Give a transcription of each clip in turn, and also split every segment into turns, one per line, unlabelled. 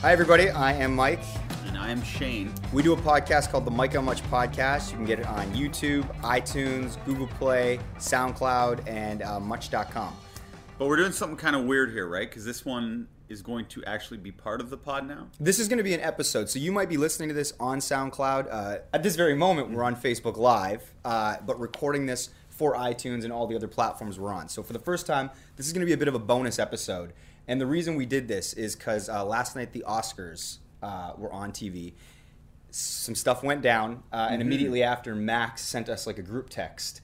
Hi, everybody. I am Mike.
And I'm Shane.
We do a podcast called the Mike How Much Podcast. You can get it on YouTube, iTunes, Google Play, SoundCloud, and uh, much.com.
But we're doing something kind of weird here, right? Because this one is going to actually be part of the pod now.
This is going to be an episode, so you might be listening to this on SoundCloud. Uh, at this very moment, we're on Facebook Live, uh, but recording this for iTunes and all the other platforms we're on. So for the first time, this is going to be a bit of a bonus episode. And the reason we did this is because uh, last night the Oscars uh, were on TV. Some stuff went down, uh, and immediately after, Max sent us like a group text.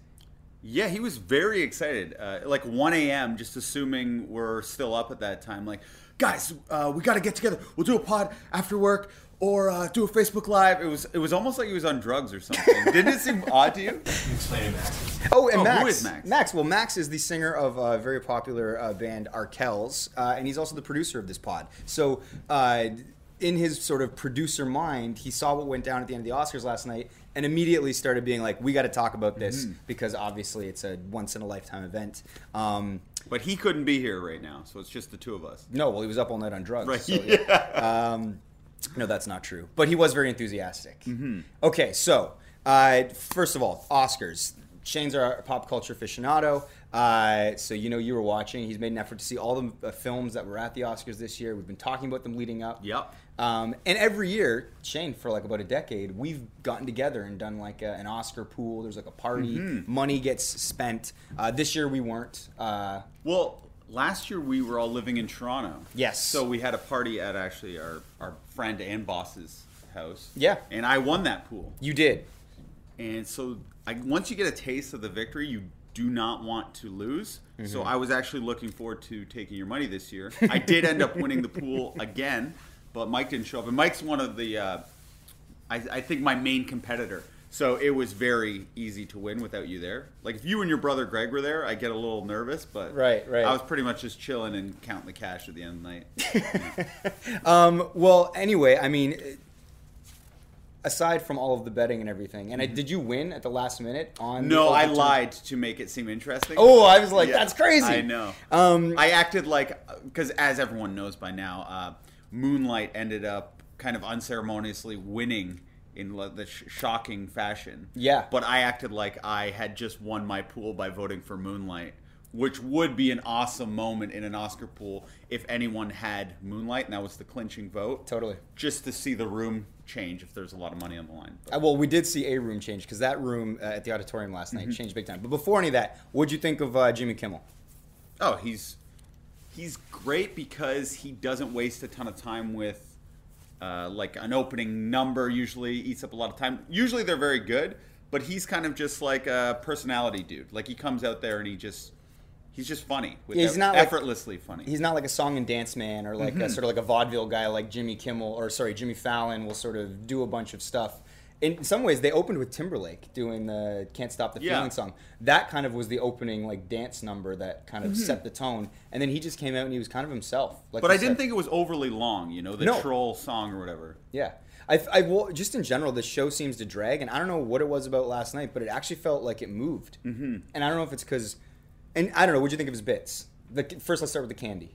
Yeah, he was very excited. Uh, like 1 a.m., just assuming we're still up at that time. Like, guys, uh, we got to get together. We'll do a pod after work or uh, do a Facebook Live. It was it was almost like he was on drugs or something. Didn't it seem odd to you?
Explain that.
Oh, and
Oh, who
Max,
is Max?
well, Max is the singer of a very popular uh, band, Arkells, uh, and he's also the producer of this pod. So, uh, in his sort of producer mind, he saw what went down at the end of the Oscars last night and immediately started being like, we got to talk about this
Mm-hmm.
because obviously it's a once in a lifetime event. Um,
But he couldn't be here right now, so it's just the two of us.
no, well, he was up all night on drugs.
Right.
so, yeah. Um, no, that's not true. But he was very enthusiastic.
Mm-hmm.
Okay, so uh, first of all, Oscars. Shane's our pop culture aficionado, uh, so you know you were watching. He's made an effort to see all the uh, films that were at the Oscars this year. We've been talking about them leading up.
Yep.
Um, and every year, Shane, for like about a decade, we've gotten together and done like a, an Oscar pool. There's like a party.
Mm-hmm.
Money gets spent. Uh, this year we weren't. Uh,
Well, last year we were all living in Toronto.
Yes.
So we had a party at actually our, our friend and boss's house.
Yeah.
And I won that pool.
you did.
And so I, once you get a taste of the victory, you do not want to lose.
Mm-hmm.
So I was actually looking forward to taking your money this year. I did end up winning the pool again, but Mike didn't show up. And Mike's one of the, uh, I, I think, my main competitor. So it was very easy to win without you there. Like if you and your brother Greg were there, I get a little nervous, but
Right, right.
I was pretty much just chilling and counting the cash at the end of the night.
Um, well, anyway, I mean, aside from all of the betting and everything, and I, did you win at the last minute on? the
Mm-hmm. No, I
overtime?
lied to make it seem interesting.
Oh, I was like,
Yeah,
that's crazy.
I know.
Um,
I acted like because, as everyone knows by now, uh, Moonlight ended up kind of unceremoniously winning in lo- the sh- shocking fashion.
Yeah.
But I acted like I had just won my pool by voting for Moonlight, which would be an awesome moment in an Oscar pool if anyone had Moonlight, and that was the clinching vote.
Totally.
Just to see the room change if there's a lot of money on the line. But-
Uh, well, we did see a room change because that room uh, at the auditorium last
Mm-hmm.
night changed big time. But before any of that, what'd you think of uh, Jimmy Kimmel?
Oh, he's he's great because he doesn't waste a ton of time with uh, like an opening number. Usually eats up a lot of time. Usually they're very good, but he's kind of just like a personality dude. Like he comes out there and he just he's just funny.
Yeah, he's
without-
not like-
effortlessly funny.
He's not like a song and dance man or like a,
Mm-hmm.
sort of like a vaudeville guy like Jimmy Kimmel or sorry Jimmy Fallon will sort of do a bunch of stuff. In some ways, they opened with Timberlake doing the "Can't Stop the
Yeah.
Feeling" song. That kind of was the opening like dance number that kind of set the tone, and then he just came out and he was kind of himself. Like
Mm-hmm. but
you
I didn't
said.
think it was overly long. You know, the
No.
troll song or whatever.
Yeah, I, I well, just in general, the show seems to drag, and I don't know what it was about last night, but it actually felt like it moved. Mm-hmm. And I don't know if it's because, and I don't know. What'd you think of his bits? The, first, let's start with the candy.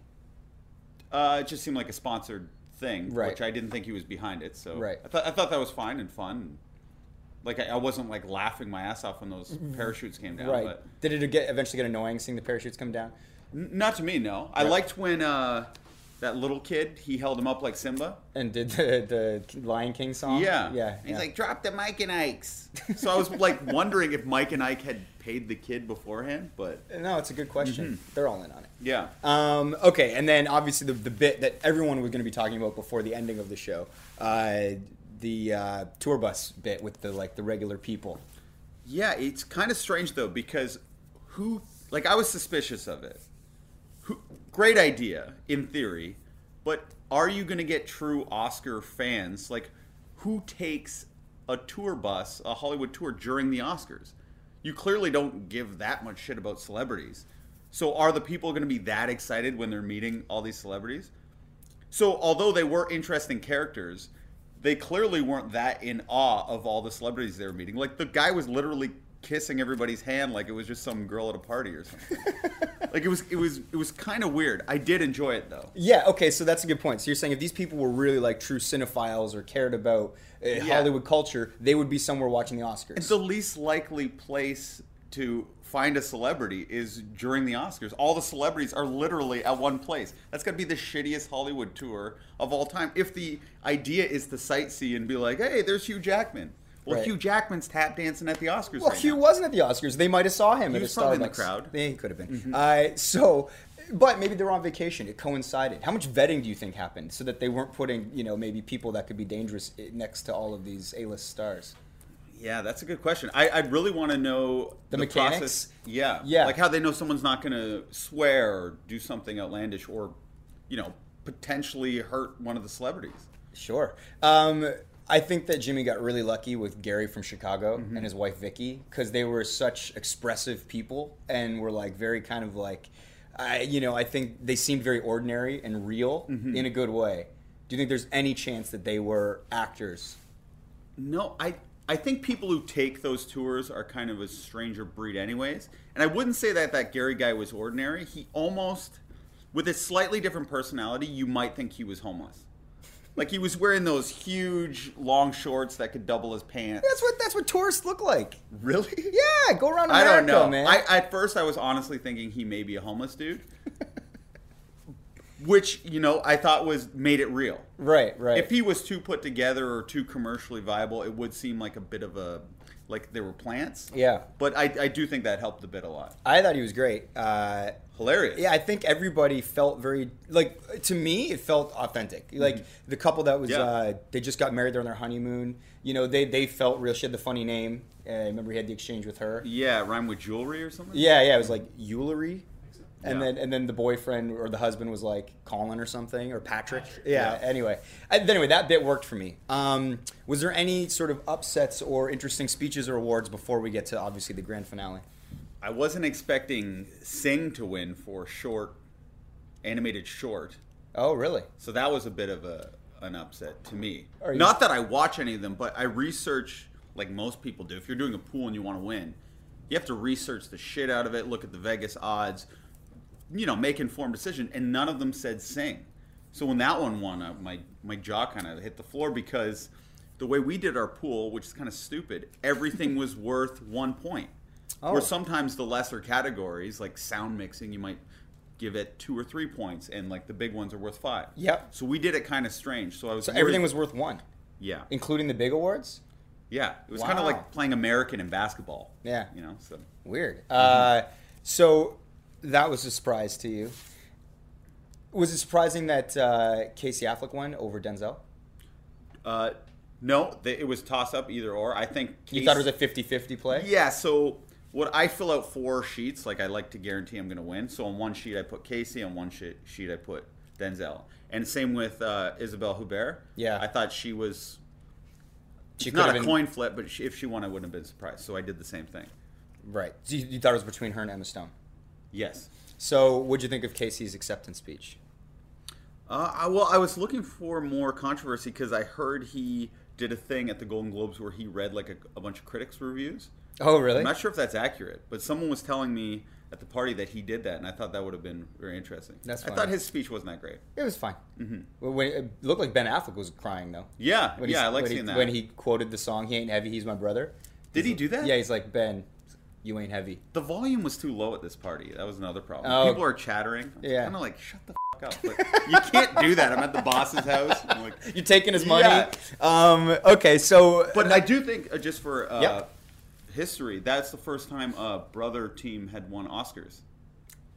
Uh, it just seemed like a sponsored thing,
Right.
which I didn't think he was behind it. So
Right.
I, thought I thought that was fine and fun. Like I, I wasn't like laughing my ass off when those parachutes came down.
Mm-hmm. right?
But
Did it get eventually get annoying seeing the parachutes come down?
N- Not to me, no. I
Yeah.
liked when uh, that little kid he held him up like Simba.
And did the, the Lion King song?
Yeah,
Uh-huh. yeah.
He's
yeah.
like, drop the Mike and Ike's. so I was like wondering if Mike and Ike had paid the kid beforehand, but
no, it's a good question.
mm-hmm.
They're all in on it.
yeah,
Um, okay, and then obviously the, the bit that everyone was going to be talking about before the ending of the show, uh, the uh, tour bus bit with the like the regular people.
yeah. It's kind of strange though because who like I was suspicious of it. Who, great idea in theory, but are you going to get true Oscar fans? Like, who takes a tour bus, a Hollywood tour during the Oscars? You clearly don't give that much shit about celebrities. So, are the people going to be that excited when they're meeting all these celebrities? So, although they were interesting characters, they clearly weren't that in awe of all the celebrities they were meeting. Like the guy was literally kissing everybody's hand like it was just some girl at a party or something. like it was it was it was kind of weird. I did enjoy it though.
Yeah, okay, so that's a good point. So you're saying if these people were really like true cinephiles or cared about uh, Hollywood culture, they would be somewhere watching the Oscars.
It's the least likely place to find a celebrity is during the Oscars. All the celebrities are literally at one place. That's got to be the shittiest Hollywood tour of all time. If the idea is to sightsee and be like, "Hey, there's Hugh Jackman." Well,
Right.
Hugh Jackman's tap dancing at the Oscars.
well,
right
Hugh
now.
wasn't at the Oscars. They might have saw him at
was
a Starbucks.
probably in the crowd. Mm-hmm.
They could have been. Uh, so, but maybe they were on vacation. It coincided. How much vetting do you think happened so that they weren't putting, you know, maybe people that could be dangerous eh, next to all of these A-list stars?
Yeah, that's a good question. I, I really want to know
The mechanics?
Yeah,
Yeah.
like how they know someone's not going to swear or do something outlandish or, you know, potentially hurt one of the celebrities.
Sure. Um, I think that Jimmy got really lucky with Gary from Chicago
Mm-hmm.
and his wife Vicky because they were such expressive people and were like very kind of like, I you know I think they seemed very ordinary and real
Mm-hmm.
in a good way. Do you think there's any chance that they were actors?
No, I I think people who take those tours are kind of a stranger breed, anyways. And I wouldn't say that that Gary guy was ordinary. He almost, with a slightly different personality, you might think he was homeless. Like he was wearing those huge long shorts that could double as pants.
That's what that's what tourists look like.
really.
Yeah, go around
I
America,
don't know.
man.
I, at first, I was honestly thinking he may be a homeless dude, which you know I thought was made it real.
right, right.
If he was too put together or too commercially viable, it would seem like a bit of a like there were plants.
Yeah.
but I, I do think that helped the bit a lot.
I thought he was great. Uh,
Hilarious.
Yeah, I think everybody felt very like to me. It felt authentic. Like the couple that was
Mm-hmm. Yeah.
uh, they just got married during their honeymoon. You know, they they felt real. She had the funny name. Uh, I remember he had the exchange with her.
yeah, rhyme with jewelry or something.
Yeah, yeah, it was like Eulery. And
Yeah.
then and then the boyfriend or the husband was like Colin or something or Patrick. Yeah.
Yeah.
Anyway, And anyway, that bit worked for me. Um, was there any sort of upsets or interesting speeches or awards before we get to obviously the grand finale?
I wasn't expecting Sing to win for short animated short.
Oh, really?
So that was a bit of a an upset to me.
Are you-
Not that I watch any of them, but I research like most people do. If you're doing a pool and you want to win, you have to research the shit out of it, look at the Vegas odds, you know, make informed decision. And none of them said sing. So when that one won, uh, my my jaw kind of hit the floor because the way we did our pool, which is kind of stupid, everything was worth one point.
Oh.
Where sometimes the lesser categories, like sound mixing, you might give it two or three points, and like the big ones are worth five.
Yep.
So we did it kind of strange. So I was
So
worried-
everything was worth one,
yeah
including the big awards.
yeah. It was kind
Wow.
of like playing American in basketball.
Yeah.
you know. So
Weird. Uh, so that was a surprise to you. Was it surprising that uh, Casey Affleck won over Denzel?
uh, no, they, it was toss up either or. I think
You
Case-
thought it was a 50-50 play?
Yeah, so what I fill out four sheets, like I like to guarantee I'm going to win. So on one sheet I put Casey, on one sheet, sheet I put Denzel, and same with uh, Isabelle Hubert.
Yeah.
I thought she was
She
not a
could've been-
coin flip, but she, if she won, I wouldn't have been surprised. So I did the same thing.
Right. So you, you thought it was between her and Emma Stone.
Yes.
So what'd you think of Casey's acceptance speech?
Uh, I, well, I was looking for more controversy because I heard he did a thing at the Golden Globes where he read like a, a bunch of critics' reviews.
Oh, really?
I'm not sure if that's accurate, but someone was telling me at the party that he did that, and I thought that would have been very interesting.
That's
I
fine.
thought his speech wasn't that great.
It was fine. Mm-hmm. When, it looked like Ben Affleck was crying, though.
Yeah,
When he-
yeah, I like
when he-
seeing that.
When he quoted the song, He Ain't Heavy, He's My Brother.
did he do that?
Yeah, he's like, Ben, you ain't heavy.
The volume was too low at this party. That was another problem.
Oh.
People are chattering.
Yeah.
Kind of like shut the f- up. Like, you can't do that. I'm at the boss's house. I'm like,
You're taking his money?
Yeah.
Um, okay, so...
but I do think uh, just for uh,
Yep.
history, that's the first time a brother team had won Oscars,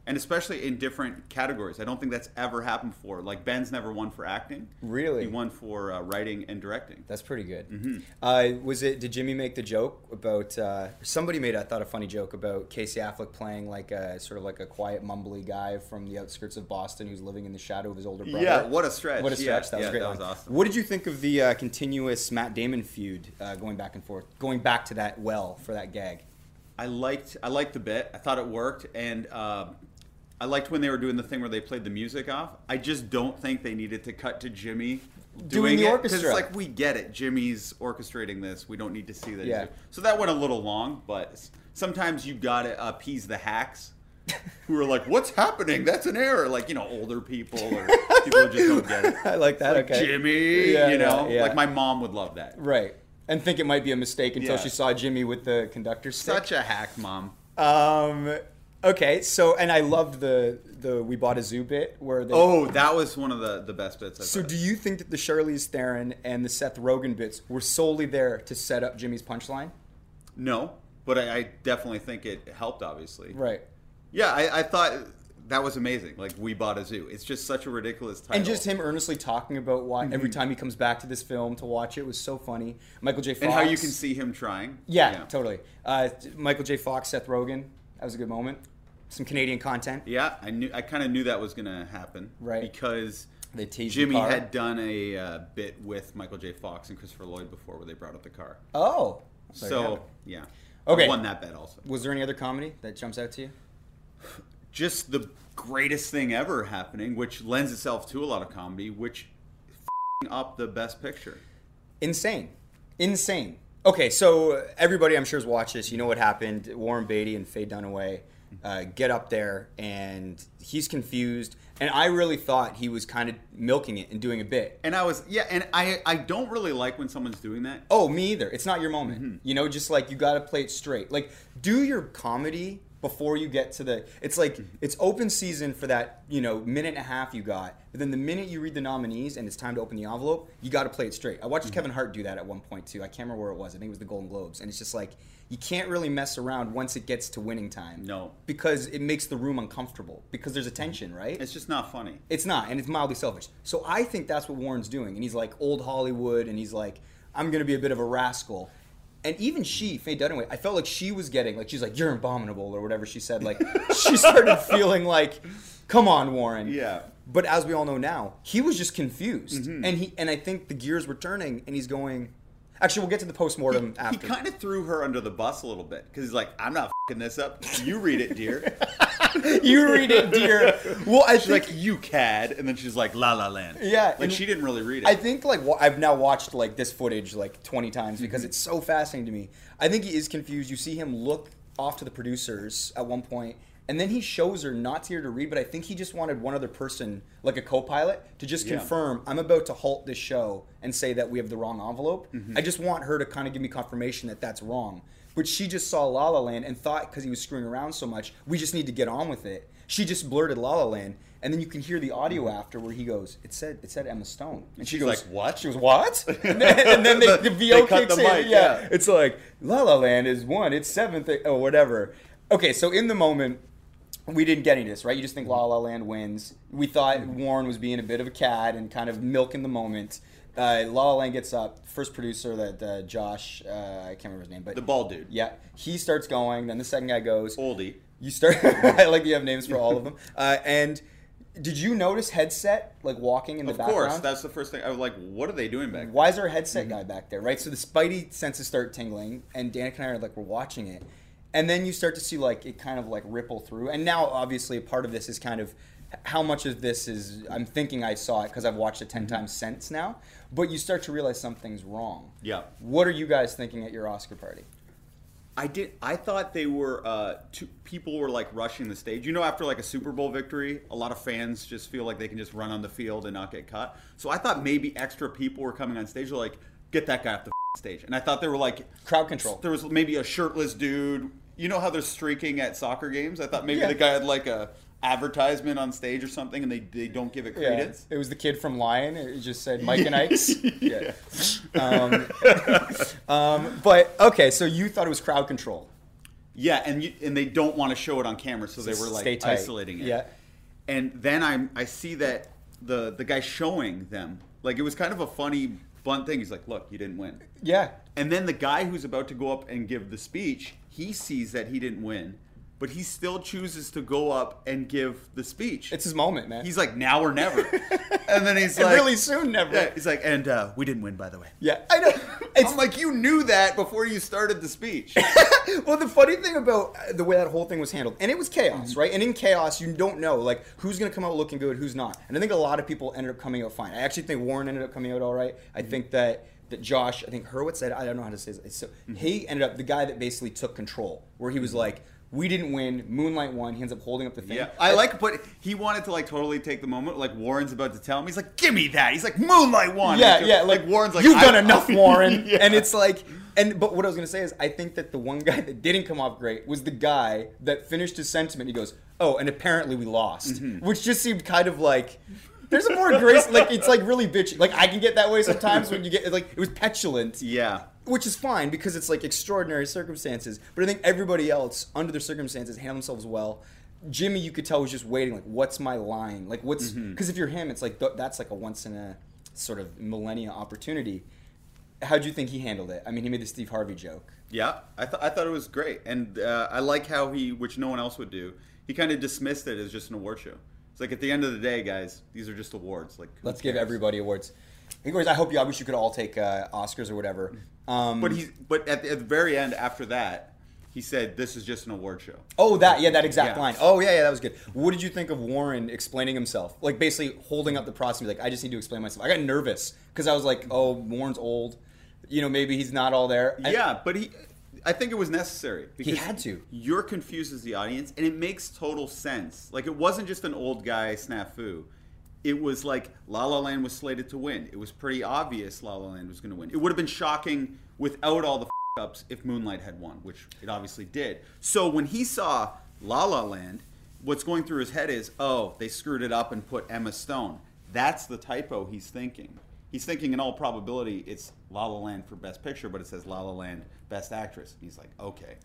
and especially in different categories. I don't think that's ever happened before. Like Ben's never won for acting.
Really?
he won for uh, writing and directing.
That's pretty good.
Mm-hmm.
Uh, was it? Did Jimmy make the joke about? Uh, somebody made, I thought, a funny joke about Casey Affleck playing like a sort of like a quiet, mumbly guy from the outskirts of Boston who's living in the shadow of his older brother.
Yeah, what a stretch.
What a
Yeah,
stretch! that was
yeah,
a great.
that
line.
was awesome.
What did you think of the uh, continuous Matt Damon feud uh, going back and forth, going back to that well for that gag?
I liked I liked the bit. I thought it worked, and um I liked when they were doing the thing where they played the music off. I just don't think they needed to cut to Jimmy
doing, the
it, 'cause
orchestra.
It's like we get it. Jimmy's orchestrating this. We don't need to see that. he's
Yeah.
do- So that went a little long, but s- sometimes you gotta appease the hacks who are like, "What's happening? That's an error." Like you know, older people or people who just don't get it.
I like that. okay.
Jimmy,
Yeah,
you know,
yeah, yeah.
like my mom would love that.
Right. And think it might be a mistake until
Yeah.
she saw Jimmy with the conductor stick.
Such a hack, mom.
Um, okay, so and I loved the the we bought a zoo bit where they.
Oh, that was one of the the best bits. I've
So
heard.
do you think that the Charlize Theron and the Seth Rogen bits were solely there to set up Jimmy's punchline?
no, but I, I definitely think it helped. Obviously,
Right.
Yeah, I, I thought that was amazing. Like we bought a zoo. It's just such a ridiculous title.
And just him earnestly talking about why
Mm-hmm.
every time he comes back to this film to watch it was so funny. Michael J. Fox.
and how you can see him trying.
Yeah, totally. Uh, Michael J. Fox, Seth Rogen. That was a good moment. Some Canadian content.
Yeah, I knew. I kind of knew that was gonna happen.
Right.
Because
They teased the
Jimmy
car.
had done a uh, bit with Michael J. Fox and Christopher Lloyd before, where they brought up the car.
Oh.
so
yeah.
yeah,
Okay.
I won that bet also.
was there any other comedy that jumps out to you?
Just the greatest thing ever happening, which lends itself to a lot of comedy, which f***ing up the best picture.
Insane. Insane. Okay, so uh, everybody I'm sure has watched this. You know what happened. Warren Beatty and Faye Dunaway uh, get up there, and he's confused. And I really thought he was kind of milking it and doing a bit.
And I was yeah, and I I don't really like when someone's doing that.
Oh, me either. It's not your moment. You know, just like you got to play it straight. Like, do your comedy before you get to the. It's like it's open season for that. You know, minute and a half you got. But then the minute you read the nominees and it's time to open the envelope, you got to play it straight. I watched Kevin Hart do that at one point too. I can't remember where it was. I think it was the Golden Globes. And it's just like you can't really mess around once it gets to winning time.
No.
because it makes the room uncomfortable because there's a tension, right?
It's just not funny.
It's not, and it's mildly selfish. So I think that's what Warren's doing, and he's like old Hollywood, and he's like, I'm gonna be a bit of a rascal. And even she, Faye Dunaway, I felt like she was getting like she's like you're abominable or whatever she said. Like she started feeling like, come on, Warren.
Yeah. Mm-hmm.
But as we all know now, he was just confused, and he and I think the gears were turning, and he's going. Actually, we'll get to the postmortem
He
after.
kind of threw her under the bus a little bit because he's like, "I'm not fing this up. You read it, dear."
you read it, dear. Well, I
she's
think
like, "You cad," and then she's like, "La La Land."
Yeah,
like
and-
she didn't really read it.
I think like wa- I've now watched like this footage like 20 times because
Mm-hmm.
it's so fascinating to me. I think he is confused. You see him look off to the producers at one point, and then he shows her not here to read, but I think he just wanted one other person, like a co-pilot, to just
Yeah.
confirm I'm about to halt this show and say that we have the wrong envelope.
Mm-hmm.
I just want her to kind of give me confirmation that that's wrong. But she just saw La La Land and thought because he was screwing around so much, we just need to get on with it. She just blurted La La Land, and then you can hear the audio
Mm-hmm.
after where he goes, "It said it said Emma Stone," and she
She's
goes,
like, "What?"
She goes, "What?" And then, and then they, the
They
VO
cut
kicks
the
in.
mic,
yeah.
yeah.
it's like La La Land is one, it's seventh, eh, or whatever. Okay, so in the moment, we didn't get any of this, right? You just think La La Land wins. We thought
Mm-hmm.
Warren was being a bit of a cad and kind of milking the moment. Uh, La La Land gets up. First producer that uh, Josh, uh, I can't remember his name, but
the Oh. bald dude,
yeah, he starts going. Then the second guy goes.
oldie.
You start. I like you have names for all of them. Uh, and did you notice headset like walking in the
Of
background?
course, that's the first thing. I was like, "What are they doing back?" there?
Why is there a headset guy back there, right? So the Spidey senses start tingling, and Danica and I are like, we're watching it, and then you start to see like it kind of like ripple through. And now, obviously, a part of this is kind of h- how much of this is I'm thinking I saw it because I've watched it 10 times since now, but you start to realize something's wrong.
Yeah.
What are you guys thinking at your Oscar party?
I did. I thought they were. Uh, two, people were like rushing the stage. You know, after like a Super Bowl victory, a lot of fans just feel like they can just run on the field and not get caught. So I thought maybe extra people were coming on stage, like get that guy off the stage. And I thought they were like
Crowd control.
There was maybe a shirtless dude. You know how they're streaking at soccer games? I thought maybe
Yeah.
the guy had like a advertisement on stage or something, and they they don't give it
Yeah,
credence.
it was the kid from Lion. It just said Mike and Ike's. Yeah. Um, um, but okay, so you thought it was crowd control.
Yeah, and you, and they don't want to show it on camera, so they
So
were like
stay tight.
isolating it.
Yeah.
And then I I see that the the guy showing them like it was kind of a funny fun thing. He's like, "Look, you didn't win."
Yeah.
And then the guy who's about to go up and give the speech, he sees that he didn't win, but he still chooses to go up and give the speech.
It's his moment, man.
he's like, now or never. and then he's
And
like,
really soon, never.
yeah,
Yeah,
he's like, and uh, we didn't win, by the way.
I know. It's
I'm like, you knew that before you started the speech.
well, the funny thing about uh, the way that whole thing was handled, and it was chaos,
Mm-hmm.
right? And in chaos, you don't know like who's gonna come out looking good, who's not. And I think a lot of people ended up coming out fine. I actually think Warren ended up coming out all right. I
Mm-hmm.
think that that Josh, I think Hurwitz said, I don't know how to say this. So
Mm-hmm.
he ended up the guy that basically took control, where he was like, "We didn't win. Moonlight won." He ends up holding up the thing.
yeah, I like, but he wanted to like totally take the moment. Like Warren's about to tell him, he's like, "Give me that." He's like, "Moonlight one."
Yeah,
Like,
yeah.
Like Warren's like,
you've
"I-
done enough, Warren.
Yeah.
And it's like, and but what I was gonna say is, I think that the one guy that didn't come off great was the guy that finished his sentiment. He goes, "Oh, and apparently we lost,"
Mm-hmm.
which just seemed kind of like. There's a more grace, like it's like really bitchy. Like I can get that way sometimes when you get like it was petulant,
yeah.
which is fine because it's like extraordinary circumstances. But I think everybody else under their circumstances handled themselves well. Jimmy, you could tell was just waiting. Like, what's my line? Like, what's
Mm-hmm.
because if you're him, it's like th- that's like a once in a sort of millennia opportunity. How do you think he handled it? I mean, he made the Steve Harvey joke.
Yeah, I, th- I thought it was great, and uh, I like how he, which no one else would do, he kind of dismissed it as just an award show. It's like at the end of the day, guys, these are just awards. Like, who
Let's give
cares?
everybody awards. Anyways, I hope you. I wish you could all take uh, Oscars or whatever.
Mm-hmm.
Um,
But he's, but at the, at the very end, after that, he said, "This is just an award show."
Oh, that yeah, that exact
Yeah.
line. Oh yeah, yeah, that was good. What did you think of Warren explaining himself? Like basically holding up the process, and be like I just need to explain myself. I got nervous because I was like, oh, Warren's old. You know, maybe he's not all there. I-
yeah, but he, I think it was necessary. Because
had to.
You're confused as the audience, and it makes total sense. Like it wasn't just an old guy snafu. It was like La La Land was slated to win. It was pretty obvious La La Land was going to win. It would have been shocking without all the f- ups if Moonlight had won, which it obviously did. So when he saw La La Land, what's going through his head is, oh, they screwed it up and put Emma Stone. That's the typo he's thinking. He's thinking, in all probability, it's La La Land for Best Picture, but it says La La Land Best Actress. And he's like, okay.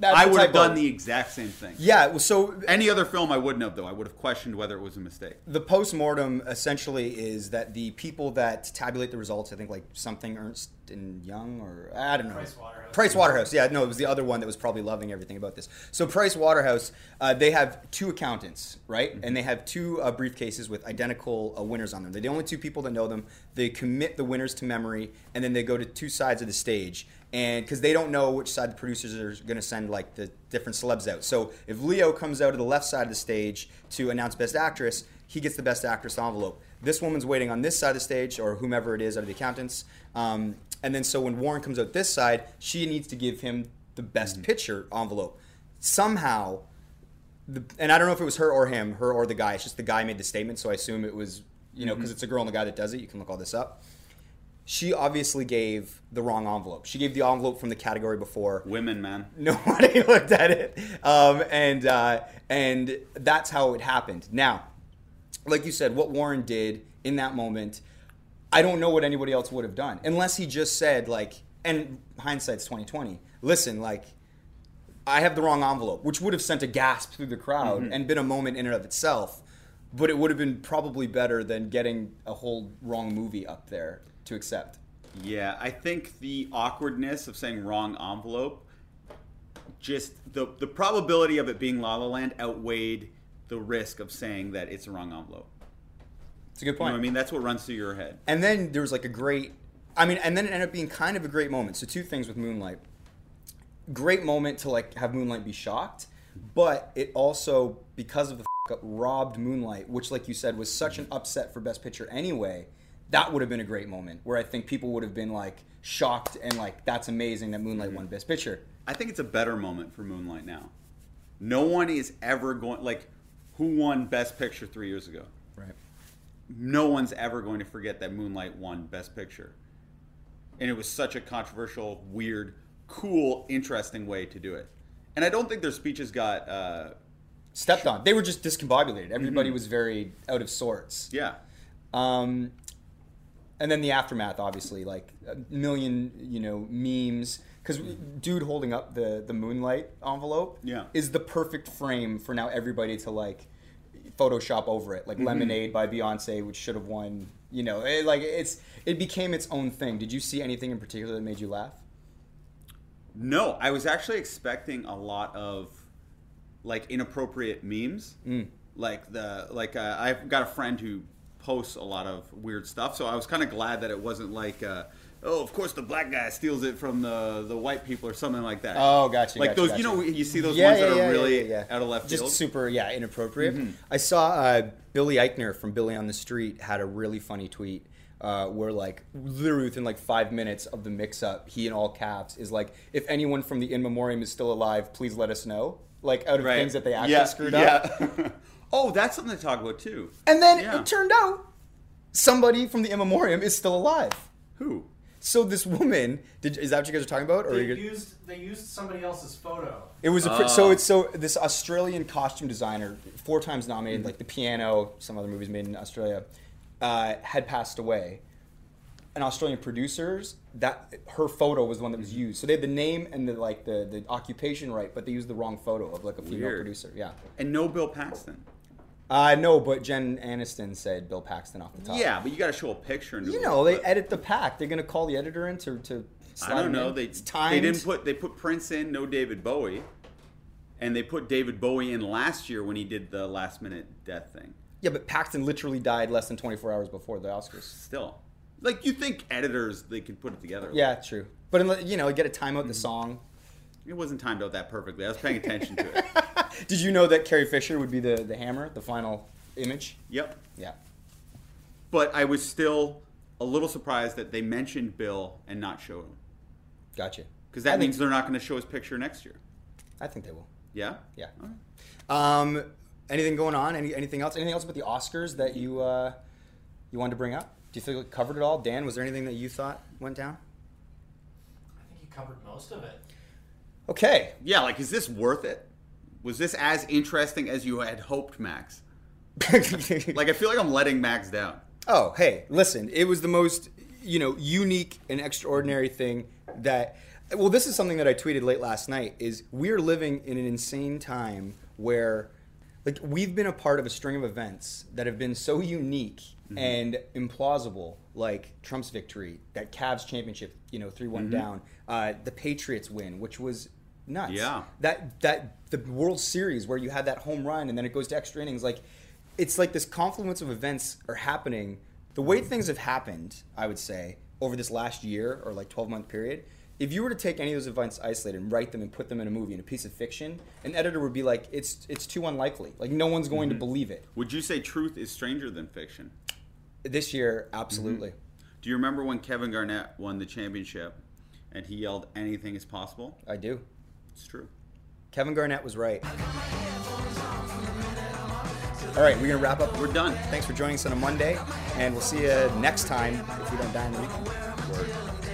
That's
I
the
would have
typo.
done the exact same thing.
yeah. well, So
Any other film I wouldn't have, though. I would have questioned whether it was a mistake.
the post-mortem essentially is that the people that tabulate the results, I think like something Ernst and Young or I don't know.
Price Waterhouse.
Price Waterhouse. Yeah, no, it was the other one that was probably loving everything about this. So Price Waterhouse, uh, they have two accountants, right? And they have two uh, briefcases with identical uh, winners on them. They're the only two people that know them. They commit the winners to memory, and then they go to two sides of the stage, and because they don't know which side the producers are going to send like the different celebs out. So if Leo comes out of the left side of the stage to announce Best Actress, he gets the Best Actress envelope. This woman's waiting on this side of the stage, or whomever it is out of the accountants. Um, and then so when Warren comes out this side, she needs to give him the best picture envelope. Somehow, the, and I don't know if it was her or him, her or the guy. It's just the guy made the statement, so I assume it was you know because it's a girl and the guy that does it. You can look all this up. She obviously gave the wrong envelope. She gave the envelope from the category before.
Women, man.
Nobody looked at it, um, and uh, and that's how it happened. Now, like you said, what Warren did in that moment, I don't know what anybody else would have done unless he just said like, and hindsight's twenty twenty. Listen, like, I have the wrong envelope, which would have sent a gasp through the crowd
Mm-hmm.
and been a moment in and of itself. But it would have been probably better than getting a whole wrong movie up there to accept.
Yeah, I think the awkwardness of saying wrong envelope, just the the probability of it being La La Land outweighed the risk of saying that it's a wrong envelope.
It's a good
You know
point.
what I mean? That's what runs through your head.
And then there was like a great, I mean, and then it ended up being kind of a great moment. So two things with Moonlight. Great moment to like have Moonlight be shocked, but it also because of the f- up, robbed Moonlight, which like you said was such an upset for Best Picture anyway. That would have been a great moment where I think people would have been like shocked and like that's amazing that Moonlight won Best Picture.
I think it's a better moment for Moonlight now. No one is ever going like who won Best Picture three years ago.
Right.
No one's ever going to forget that Moonlight won Best Picture, and it was such a controversial, weird, cool, interesting way to do it. And I don't think their speeches got. Uh,
Stepped on. They were just discombobulated. Everybody was very out of sorts.
yeah,
Um, and then the aftermath, obviously, like a million, you know, memes. Because dude holding up the the moonlight envelope
Yeah.
is the perfect frame for now everybody to like Photoshop over it, like Lemonade by Beyonce, which should have won. You know, it, like it's it became its own thing. Did you see anything in particular that made you laugh?
No, I was actually expecting a lot of like inappropriate memes.
Mm.
Like the like uh, I've got a friend who posts a lot of weird stuff, so I was kind of glad that it wasn't like. Uh, Oh, of course, the black guy steals it from the, the white people or something like that.
Oh, gotcha,
Like
gotcha,
those,
gotcha.
you know, you see those
Yeah,
ones
yeah,
that are
yeah,
really
yeah, yeah.
out of left
just
field. Mm-hmm.
super, yeah, inappropriate. I saw uh, Billy Eichner from Billy on the Street had a really funny tweet uh, where, like, literally within like five minutes of the mix-up, he in all caps is like, "If anyone from the in memoriam is still alive, please let us know." Like out of
Right.
things that they actually
Yeah,
screwed up.
yeah. oh, that's something to talk about too.
And then
Yeah.
it turned out somebody from the in memoriam is still alive.
Who?
So this woman, did, is that what you guys are talking about? Or are
They
you guys-
used they used somebody else's photo.
It was a pr-
Ah.
so it's so this Australian costume designer, four times
Mm-hmm.
nominated, like The Piano, some other movies made in Australia, uh, had passed away. An Australian producers that her photo was the one that
Mm-hmm.
was used. So they had the name and the like the, the occupation right, but they used the wrong photo of like a female
Weird.
producer. Yeah,
And no Bill Paxton.
uh, no, but Jen Aniston said Bill Paxton off the top.
Yeah, but you got to show a picture. And do
you
a
know
little
they
bit.
edit the pack. They're gonna call the editor in to to.
I
slide
don't
him
know.
in.
They
it's timed.
they didn't put they put Prince in, no David Bowie, and they put David Bowie in last year when he did the last minute death thing.
Yeah, but Paxton literally died less than 24 hours before the Oscars.
Still, like you think editors they could put it together?
Yeah, true. But unle- you know, get a timeout the song.
it wasn't timed out that perfectly. I was paying attention to it.
Did you know that Carrie Fisher would be the the hammer, the final image?
Yep.
Yeah.
But I was still a little surprised that they mentioned Bill and not showed him
Gotcha.
because that
I think-
means they're not going to show his picture next year.
I think they will.
Yeah.
Yeah.
All right.
Um, anything going on? Any anything else? Anything else about the Oscars that you uh, you wanted to bring up? Do you feel like covered it all, Dan? Was there anything that you thought went down?
I think you covered most of it.
Okay.
Yeah, like is this worth it? Was this as interesting as you had hoped, Max? Like I feel like I'm letting Max down.
Oh, hey, listen, it was the most, you know, unique and extraordinary thing that well, this is something that I tweeted late last night is we're living in an insane time where like we've been a part of a string of events that have been so unique and implausible, like Trump's victory, that Cavs championship, you know, 3 one down, uh, the Patriots win, which was nuts.
Yeah.
That that the World Series where you had that home run and then it goes to extra innings, like it's like this confluence of events are happening. The way things have happened, I would say, over this last year or like twelve month period, if you were to take any of those events isolated and write them and put them in a movie in a piece of fiction, an editor would be like, It's it's too unlikely. Like no one's going to believe it.
Would you say truth is stranger than fiction?
This year, absolutely.
Do you remember when Kevin Garnett won the championship and he yelled anything is possible?
I do.
It's true.
Kevin Garnett was right. All right, we're gonna wrap up.
We're done.
Thanks for joining us on a Monday, and we'll see you next time if we don't die in the week.
Word.